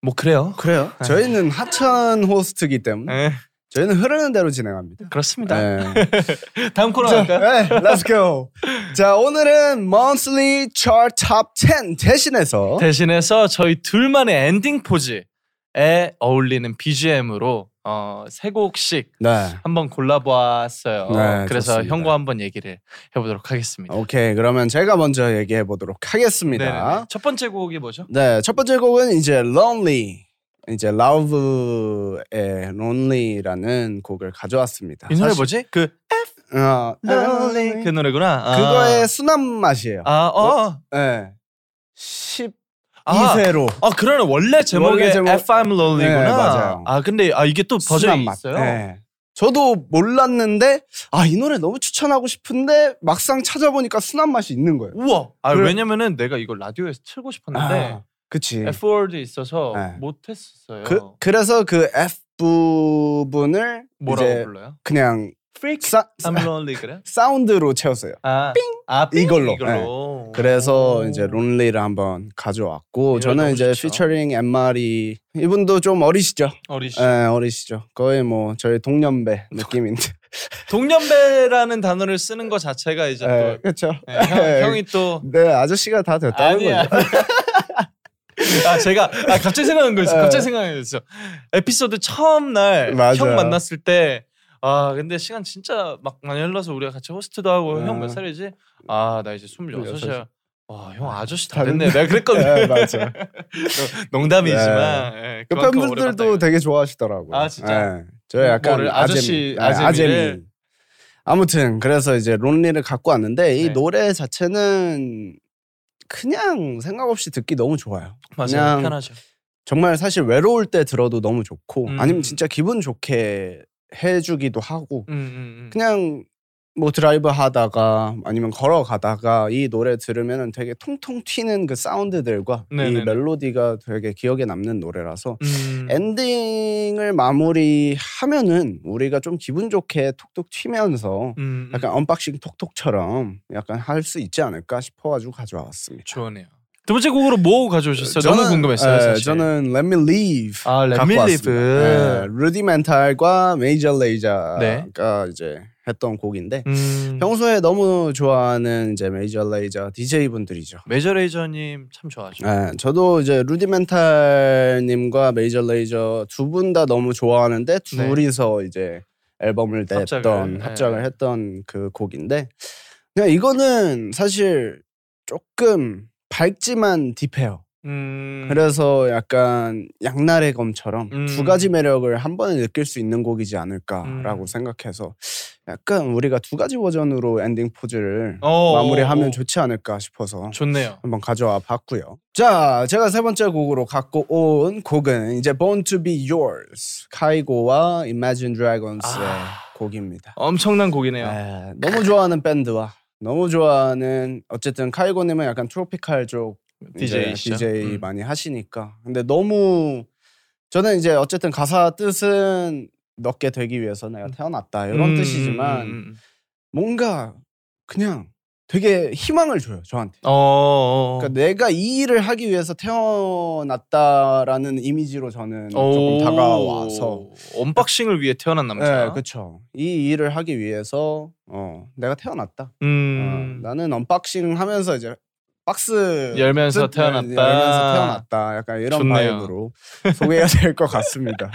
뭐 그래요.
그래요? 저희는 하천 호스트기 때문에
예,
저희는 흐르는 대로 진행합니다.
그렇습니다.
네.
다음 코너
자,
할까요?
네, let's go. 자, 오늘은 monthly chart top 10 대신해서
대신해서 저희 둘만의 엔딩 포즈에 어울리는 BGM으로 어, 세 곡씩
네.
한번 골라보았어요.
네,
그래서
좋습니다.
형과 한번 얘기를 해보도록 하겠습니다.
오케이. 그러면 제가 먼저 얘기해 보도록
네네네.
하겠습니다.
첫 번째 곡이 뭐죠?
네, 첫 번째 곡은 이제 Lonely 이제 러브의 Lonely라는 곡을 가져왔습니다.
이 노래
음, 사실-
뭐지? 그
어,
Lonely 그 노래구나. 아.
그거의 순한 맛이에요.
아, 어.
네. 12세로.
아, 아 그러네 원래 제목이
원래 제목-
If I'm Lonely구나.
네, 맞아요.
아 근데 아 이게 또 버전이 있어요.
네. 저도 몰랐는데 아 이 노래 너무 추천하고 싶은데 막상 찾아보니까 순한 맛이 있는 거예요.
우와. 아
그래-
왜냐면은 내가 이걸 라디오에서 틀고 싶었는데
아, 그치.
F 월드 있어서
네.
못 했었어요.
그 그래서 그 F 부분을
뭐라고
이제
불러요?
그냥
Freak
사,
I'm Lonely 그래?
운드로 채웠어요.
아, 아 삥!
이걸로, 네.
이걸로.
그래서
오.
이제 론리를 한번 가져왔고
이 노래
저는
너무
이제
좋죠.
피처링 엠마리 이분도 좀 어리시죠?
어리시.
예, 어리시죠. 거의 뭐 저희 동년배 느낌인데.
동년배라는 단어를 쓰는 것 자체가 이제
예,
또
그렇죠.
예, 형, 형이 또
네 아저씨가 다 됐다는
아니야.
거죠.
아 제가 아 갑자기 생각난 거 있어. 갑자기 생각난 거 있어. 에피소드 처음 날
맞아.
형 만났을 때. 아 근데 시간 진짜 막 많이 흘러서 우리가 같이 호스트도 하고 형 몇
아.
살이지? 아 나 이제 26이야. 와 형 아저씨 다
다른-
됐네. 내가 그랬거든.
예, 맞아.
농담이지만 예,
그
그만큼 오래
팬분들도
봤다,
되게 좋아하시더라고요.
아, 진짜?
예. 저 약간
뭐를? 아저씨,
아재미. 예,
아재미를?
아재미. 아무튼 그래서 이제 론리를 갖고 왔는데 이
네.
노래 자체는 그냥 생각 없이 듣기 너무 좋아요.
이거. 맞아요
그냥
편하죠.
정말 사실 외로울 때 들어도 너무 좋고
음.
아니면 진짜 기분 좋게 해주기도 하고
음, 음, 음.
그냥 뭐 드라이브 하다가 아니면 걸어가다가 이 노래 들으면 되게 통통 튀는 그 사운드들과
네네네.
이 멜로디가 되게 기억에 남는 노래라서
음.
엔딩을 마무리하면은 우리가 좀 기분 좋게 톡톡 튀면서
음, 음.
약간 언박싱 톡톡처럼 약간 할 수 있지 않을까 싶어가지고 가져왔습니다.
좋네요. 두 번째 곡으로 뭐 가져오셨어요? 너무
저는,
궁금했어요.
예,
사실.
저는 Let Me Leave
아, Let
갖고 예,
Me
왔습니다.
Live.
예, 루디멘탈과 메이저 레이저가
네.
이제 했던 곡인데
음,
평소에 너무 좋아하는 이제 메이저 레이저 DJ 분들이죠.
메이저 레이저님 참 좋아하죠.
네, 저도 이제 루디멘탈님과 메이저 레이저 두 분 다 너무 좋아하는데 둘이서 이제 앨범을 냈던
네. 합작을,
합작을,
네.
했던 그 곡인데 그냥 이거는 사실 조금 밝지만 딥해요.
음,
그래서 약간 양날의 검처럼
음.
두 가지 매력을 한 번에 느낄 수 있는 곡이지 않을까라고
음.
생각해서 약간 우리가 두 가지 버전으로 엔딩 포즈를
어,
마무리하면
어, 어.
좋지 않을까 싶어서
좋네요.
한번 가져와 봤고요. 자, 제가 세 번째 곡으로 갖고 온 곡은 이제 Born to Be Yours 카이고와 Imagine Dragons의
아.
곡입니다.
엄청난 곡이네요.
에, 너무 좋아하는 밴드와 너무 좋아하는 어쨌든 카이고님은 약간 트로피칼 쪽 이제
DJ 시죠?
DJ
음.
많이 하시니까 근데 너무 저는 이제 어쨌든 가사 뜻은 넣게 되기 위해서 내가 태어났다 이런
음,
뜻이지만
음, 음, 음.
뭔가 그냥 되게 희망을 줘요 저한테.
어, 어, 어.
그러니까 내가 이 일을 하기 위해서 태어났다라는 이미지로 저는 조금
오.
다가와서
언박싱을 위해 태어난 남자.
네, 그렇죠. 이 일을 하기 위해서 어, 내가 태어났다.
음.
어, 나는 언박싱 하면서 이제 박스
열면서
뜯- 예,
태어났다.
열면서 태어났다. 약간 이런
좋네요.
바이브로 소개해야 될 것 같습니다.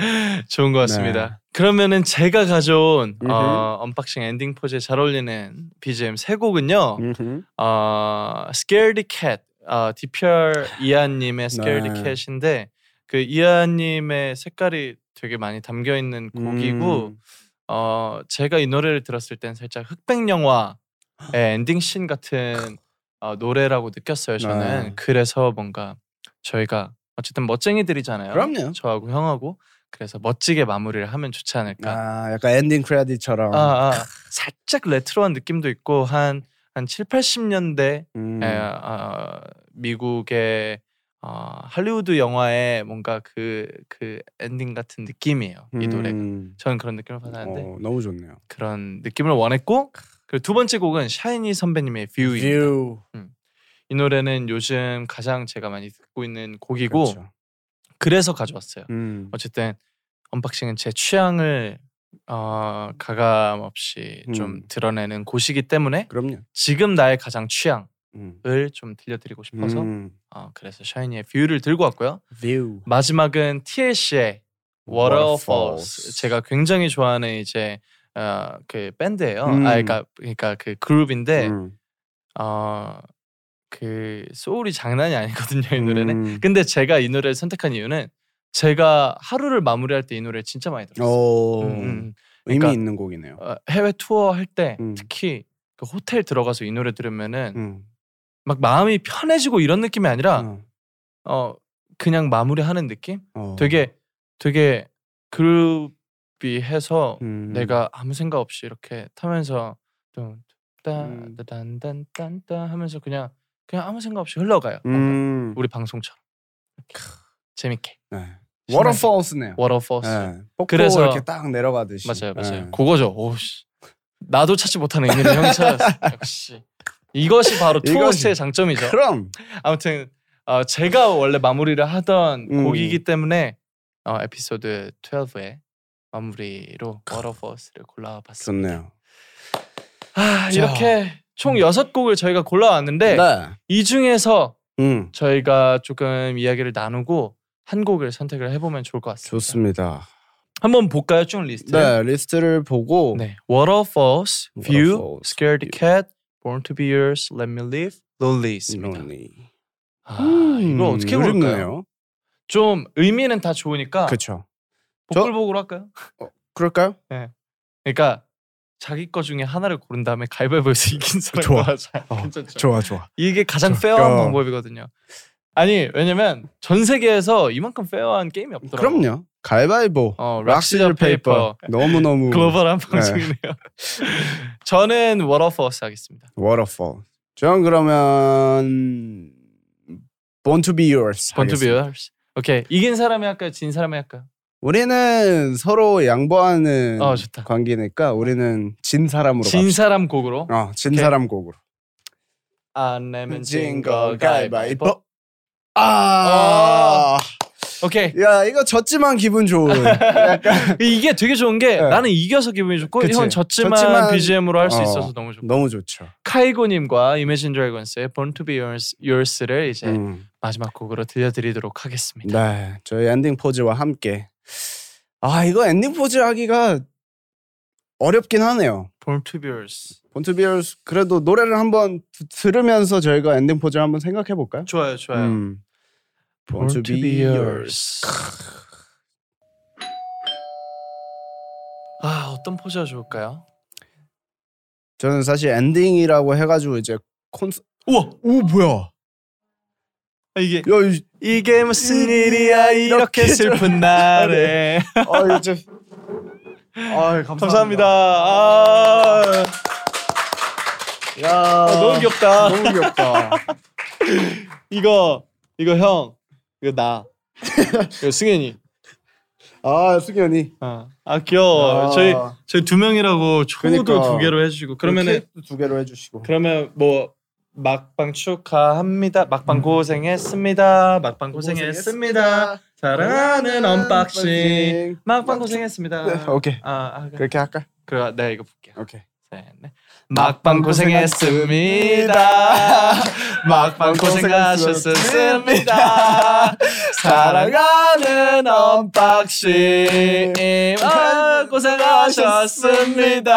좋은 것 같습니다.
네.
그러면은 제가 가져온 어, 언박싱 엔딩 포즈에 잘 어울리는 BGM 세 곡은요.
음흠.
어, Scaredy Cat, 어, DPR 이하님의 Scaredy
네.
Cat인데 그 이하님의 색깔이 되게 많이 담겨 있는 곡이고
음.
어, 제가 이 노래를 들었을 땐 살짝 흑백 영화의
아.
엔딩 씬 같은 어, 노래라고 느꼈어요. 저는
네.
그래서 뭔가 저희가 어쨌든 멋쟁이들이잖아요.
그럼요.
저하고 형하고 그래서 멋지게 마무리를 하면 좋지 않을까.
아, 약간 엔딩 크레딧처럼.
아, 아, 살짝 레트로한 느낌도 있고 한 한 7, 80년대
음.
에, 어, 미국의 어, 할리우드 영화의 뭔가 그 그 엔딩 같은 느낌이에요. 이 노래가.
음.
저는 그런 느낌을 받았는데
어, 너무 좋네요.
그런 느낌을 원했고 그리고 두 번째 곡은 샤이니 선배님의 뷰입니다.
뷰.
이 노래는 요즘 가장 제가 많이 듣고 있는 곡이고
그렇죠.
그래서 가져왔어요.
음.
어쨌든 언박싱은 제 취향을 어, 가감 없이
음.
좀 드러내는 곳이기 때문에
그럼요.
지금 나의 가장 취향을
음.
좀 들려드리고 싶어서
음.
어, 그래서 샤이니의 뷰를 들고 왔고요.
뷰.
마지막은 TLC의
Waterfalls.
Waterfalls. 제가 굉장히 좋아하는 이제 어, 그 밴드예요.
음.
아, 그러니까 그러니까 그 그룹인데
음.
어, 그 소울이 장난이 아니거든요 이 노래는.
음.
근데 제가 이 노래를 선택한 이유는 제가 하루를 마무리할 때 이 노래 진짜 많이 들었어요.
오,
음, 음.
그 의미
그러니까-
있는 곡이네요.
어, 해외 투어 할 때
음.
특히 그 호텔 들어가서 이 노래 들으면은
음.
막 마음이 편해지고 이런 느낌이 아니라
어.
어 그냥 마무리하는 느낌?
어.
되게 되게 그룹이 해서
음.
내가 아무 생각 없이 이렇게 타면서
음.
딴딴딴딴딴 하면서 그냥 그냥 아무 생각 없이 흘러가요. 뭔가
음.
우리 방송처럼 이렇게 재밌게
네.
신나게.
워터폴스네요.
워터폴스
네. 폭포
그래서-
이렇게 딱 내려가듯이.
맞아요 맞아요
네.
그거죠. 오씨 나도 찾지 못하는 의미를 형이 찾았어. 역시 이것이 바로
이것이-
투어스의 장점이죠.
그럼
아무튼 어, 제가 원래 마무리를 하던
음.
곡이기 때문에 어, 에피소드 12의 마무리로 워터폴스를 골라봤습니다.
좋네요. 자.
아,
네.
이렇게 총 여섯 곡을 저희가 골라왔는데 이 중에서
음.
저희가 조금 이야기를 나누고 한 곡을 선택을 해보면 좋을 것 같습니다.
좋습니다.
한번 볼까요, 쭉 리스트?
네, 리스트를 보고
네. Waterfalls, View,
Waterfalls,
Scared Cat, Born to Be Yours, Let Me Live, Lonely입니다.
론리.
아,
음,
이거 어떻게 볼까요? 아.
모르겠네요.
좀 의미는 다 좋으니까
그렇죠. 저-
보글보글 할까요?
그럴까요?
그러니까 자기 거 중에 하나를 고른 다음에 가위바위보에서 이긴
좋아.
사람과 하자.
어,
괜찮죠?
좋아, 좋아.
이게 가장
저-
페어한
어.
방법이거든요. 아니 왜냐면 전 세계에서 이만큼 페어한 게임이 없더라고.
그럼요. 가위바위보.
어,
락시저
락시저
페이퍼.
페이퍼.
너무 너무
글로벌한 방송이네요. 저는 워터포스 하겠습니다.
워터폴. 저는 그러면 Born to be yours. 하겠습니다.
번투비어스. 오케이 이긴 사람이 할까요? 진 사람이 할까요?
우리는 서로 양보하는
어, 좋다.
관계니까 우리는 진 사람으로
진
갑시다.
사람 곡으로.
어, 진
오케이.
사람 곡으로.
안 내면
진
진
거
거 가위바위보.
아.
오케이.
야 이거 졌지만 기분 좋은. 약간
이게 되게 좋은 게
네.
나는 이겨서 기분이 좋고
그치.
형 졌지만,
졌지만-
BGM으로 할 수
어.
있어서 너무 좋고
너무 좋죠.
카이고님과 Imagine Dragons의 Born to Be Yours, Yours를 이제
음.
마지막 곡으로 들려드리도록 하겠습니다.
네, 저희 엔딩 포즈와 함께. 아 이거 엔딩 포즈 하기가 어렵긴 하네요.
Born to Be Yours
본투비얼스 그래도 노래를 한번 드- 들으면서 저희가 엔딩 포즈 한번 생각해 볼까요?
좋아요 좋아요.
음.
Born to Be Yours 아 어떤 포즈가 좋을까요?
저는 사실 엔딩이라고 해가지고 이제 콘서
우와
오 뭐야?
아, 이게
야, 이-
이게 무슨 일이야 이렇게
이렇게
슬픈
좀-
날에
아 이제 아
감사합니다.
감사합니다.
아,
야
아, 너무 귀엽다.
너무 귀엽다.
이거 이거 형 이거 나 이거 예, 승현이.
아 승현이
아, 아
아.
귀여워. 저희 저희 두 명이라고 초도
그러니까.
두 개로 해주시고 그러면은
케이크도 두 개로 해주시고
그러면 뭐 막방 축하합니다. 막방 음. 고생했습니다. 음, 막방 고생했습니다. 사랑하는 언박싱. 막방 고생했습니다.
네, 오케이.
아, 아 그래.
그렇게 할까?
그래 내가 이거 볼게.
오케이.
막방 고생했습니다. 막방 고생하셨습니다. 사랑하는 언박싱 아,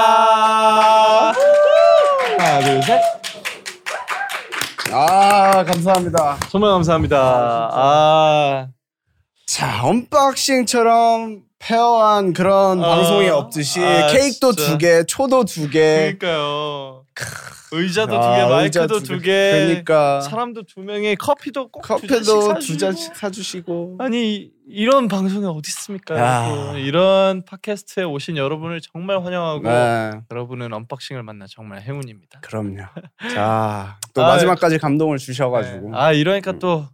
고생하셨습니다. 하나 둘 셋.
아 감사합니다.
정말 감사합니다. 아,
자 언박싱처럼 페어한 그런
아,
방송이 없듯이
아,
케이크도
진짜.
두 개, 초도 두 개,
그러니까요. 의자도
아,
두 개,
의자
마이크도 두 개,
그러니까
사람도 두 명에 커피도 꼭
커피도
두
두 잔씩 사주시고.
아니 이- 이런 방송이 어디 있습니까?
야.
여러분. 이런 팟캐스트에 오신 여러분을 정말 환영하고
네,
여러분은 언박싱을 만나 정말 행운입니다.
그럼요. 자, 또
아,
마지막까지 감동을 주셔가지고. 네.
네. 아 이러니까 또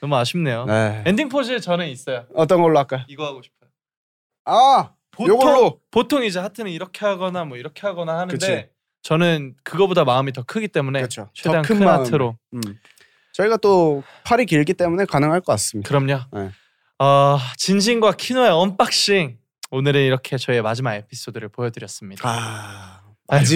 너무 아쉽네요. 엔딩 포즈 저는 있어요.
어떤 걸로 할까요?
이거 하고 싶어요.
아,
보통
요걸로.
보통 이제 하트는 이렇게 하거나 뭐 이렇게 하거나 하는데
그치.
저는 그거보다 마음이 더 크기 때문에
그쵸.
최대한
더큰
큰,
마음.
하트로
음. 저희가 또 팔이 길기 때문에 가능할 것 같습니다.
그럼요.
네.
어, 진진과 키노의 언박싱 오늘은 이렇게 저희의 마지막 에피소드를 보여드렸습니다.
아,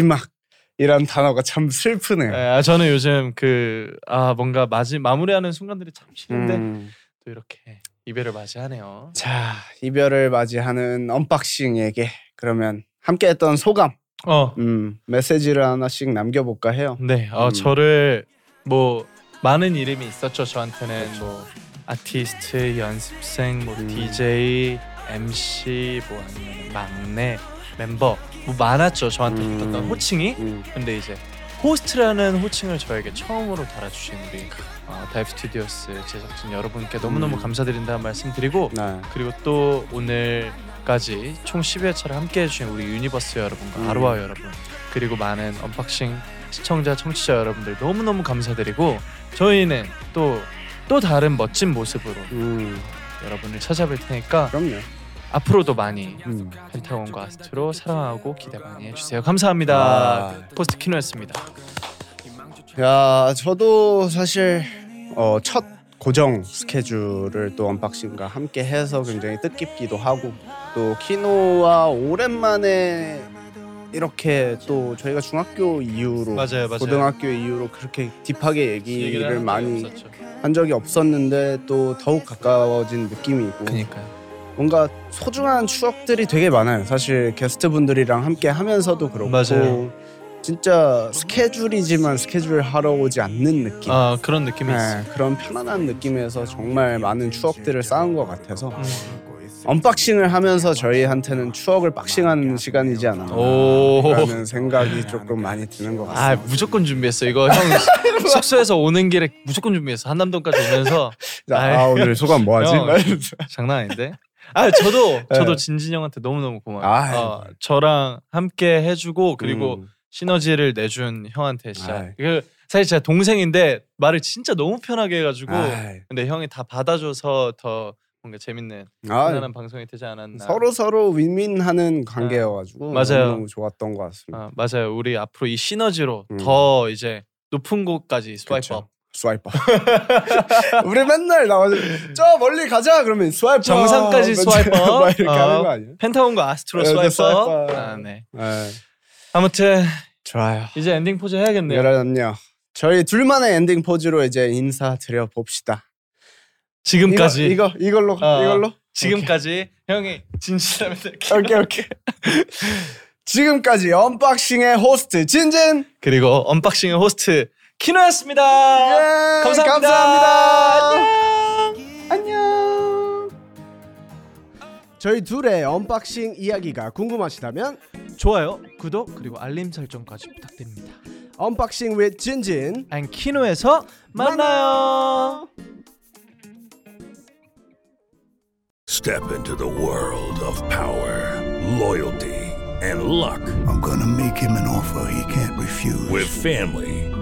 마지막이란 단어가 참 슬프네요.
예, 아, 저는 요즘 그 아, 뭔가 마지 마무리하는 순간들이 참 싫은데
음.
또 이렇게 이별을 맞이하네요.
자, 이별을 맞이하는 언박싱에게 그러면 함께했던 소감,
어,
음, 메시지를 하나씩 남겨볼까 해요.
네, 어,
음.
저를 뭐 많은 이름이 있었죠. 저한테는 뭐 아티스트, 연습생,
음.
뭐 DJ, MC, 뭐 아니면 막내 멤버 뭐 많았죠. 저한테
음.
붙었던 호칭이.
음.
근데 이제 호스트라는 호칭을 저에게 처음으로 달아주신 우리 어, 다이브 스튜디오스 제작진 여러분께 너무너무
음.
감사드린다는 말씀드리고
네.
그리고 또 오늘까지 총 10회차를 함께 해주신 우리 유니버스 여러분과
음.
아로하 여러분 그리고 많은 언박싱 시청자 청취자 여러분들 너무너무 감사드리고 저희는 또 또 다른 멋진 모습으로
음,
여러분을 찾아뵐 테니까
그럼요.
앞으로도 많이
음.
펜타곤과 아스트로 사랑하고 기대 많이 해주세요. 감사합니다.
아.
포스트 키노였습니다.
야, 저도 사실 어, 첫 고정 스케줄을 또 언박싱과 함께 해서 굉장히 뜻깊기도 하고 또 키노와 오랜만에 이렇게 또 저희가 중학교 이후로
맞아요, 맞아요.
고등학교 이후로 그렇게 딥하게 얘기를 많이
없었죠.
한 적이 없었는데 또 더욱 가까워진 느낌이고
그니까요.
뭔가 소중한 추억들이 되게 많아요. 사실 게스트 분들이랑 함께 하면서도 그렇고
맞아요.
진짜 스케줄이지만 스케줄 하러 오지 않는 느낌.
아 그런 느낌이 있어요.
네, 그런 편안한 느낌에서 정말 많은 추억들을 쌓은 것 같아서
음.
언박싱을 하면서 저희한테는 추억을 박싱하는 시간이지
오. 네.
않았나라는 생각이 조금 많이 드는 것
아
같습니다.
무조건 준비했어. 이거 형 숙소에서 오는 길에 무조건 준비했어. 한남동까지 오면서
자, 아, 오늘 소감 뭐하지?
형. 장난 아닌데. 아 저도 저도 진진 형한테 너무 너무 고마워요.
네. 아이.
어, 저랑 함께 해주고 그리고
음.
시너지를 내준 형한테 진짜
아이.
그 사실 제가 동생인데 말을 진짜 너무 편하게 해가지고
아이.
근데 형이 다 받아줘서 더 뭔가 재밌는
아이.
편안한 방송이 되지 않았나.
서로 서로 윈윈하는 관계여가지고
맞아요.
너무 좋았던
어,
것 같습니다.
아, 맞아요. 우리 앞으로 이 시너지로
음.
더 이제 높은 곳까지 스와이프
그쵸.
업
스와이퍼. 우리 맨날 나와서 저 멀리 가자 그러면 스와이퍼.
정상까지
맨날
스와이퍼.
막 이렇게
어,
하는 거 아니야?
펜타곤과 아스트로
어,
스와이퍼.
스와이퍼.
아, 네.
네.
아무튼
좋아요.
이제 엔딩 포즈 해야겠네요.
여러분요. 저희 둘만의 엔딩 포즈로 이제 인사 드려 봅시다.
지금까지
이거, 이거 이걸로
어,
이걸로 어.
지금까지 형이 진실하면 될게요.
오케이 오케이. 지금까지 언박싱의 호스트 진진.
그리고 언박싱의 호스트 키노였습니다.
예,
감사합니다.
감사합니다.
안녕.
안녕. 저희 둘의 언박싱 이야기가 궁금하시다면
좋아요, 구독 그리고 알림 설정까지 부탁드립니다.
언박싱 with 진진
안 키노에서 만나요.
Step into the world of power, loyalty, and luck
I'm gonna make him an offer he can't refuse.
with family,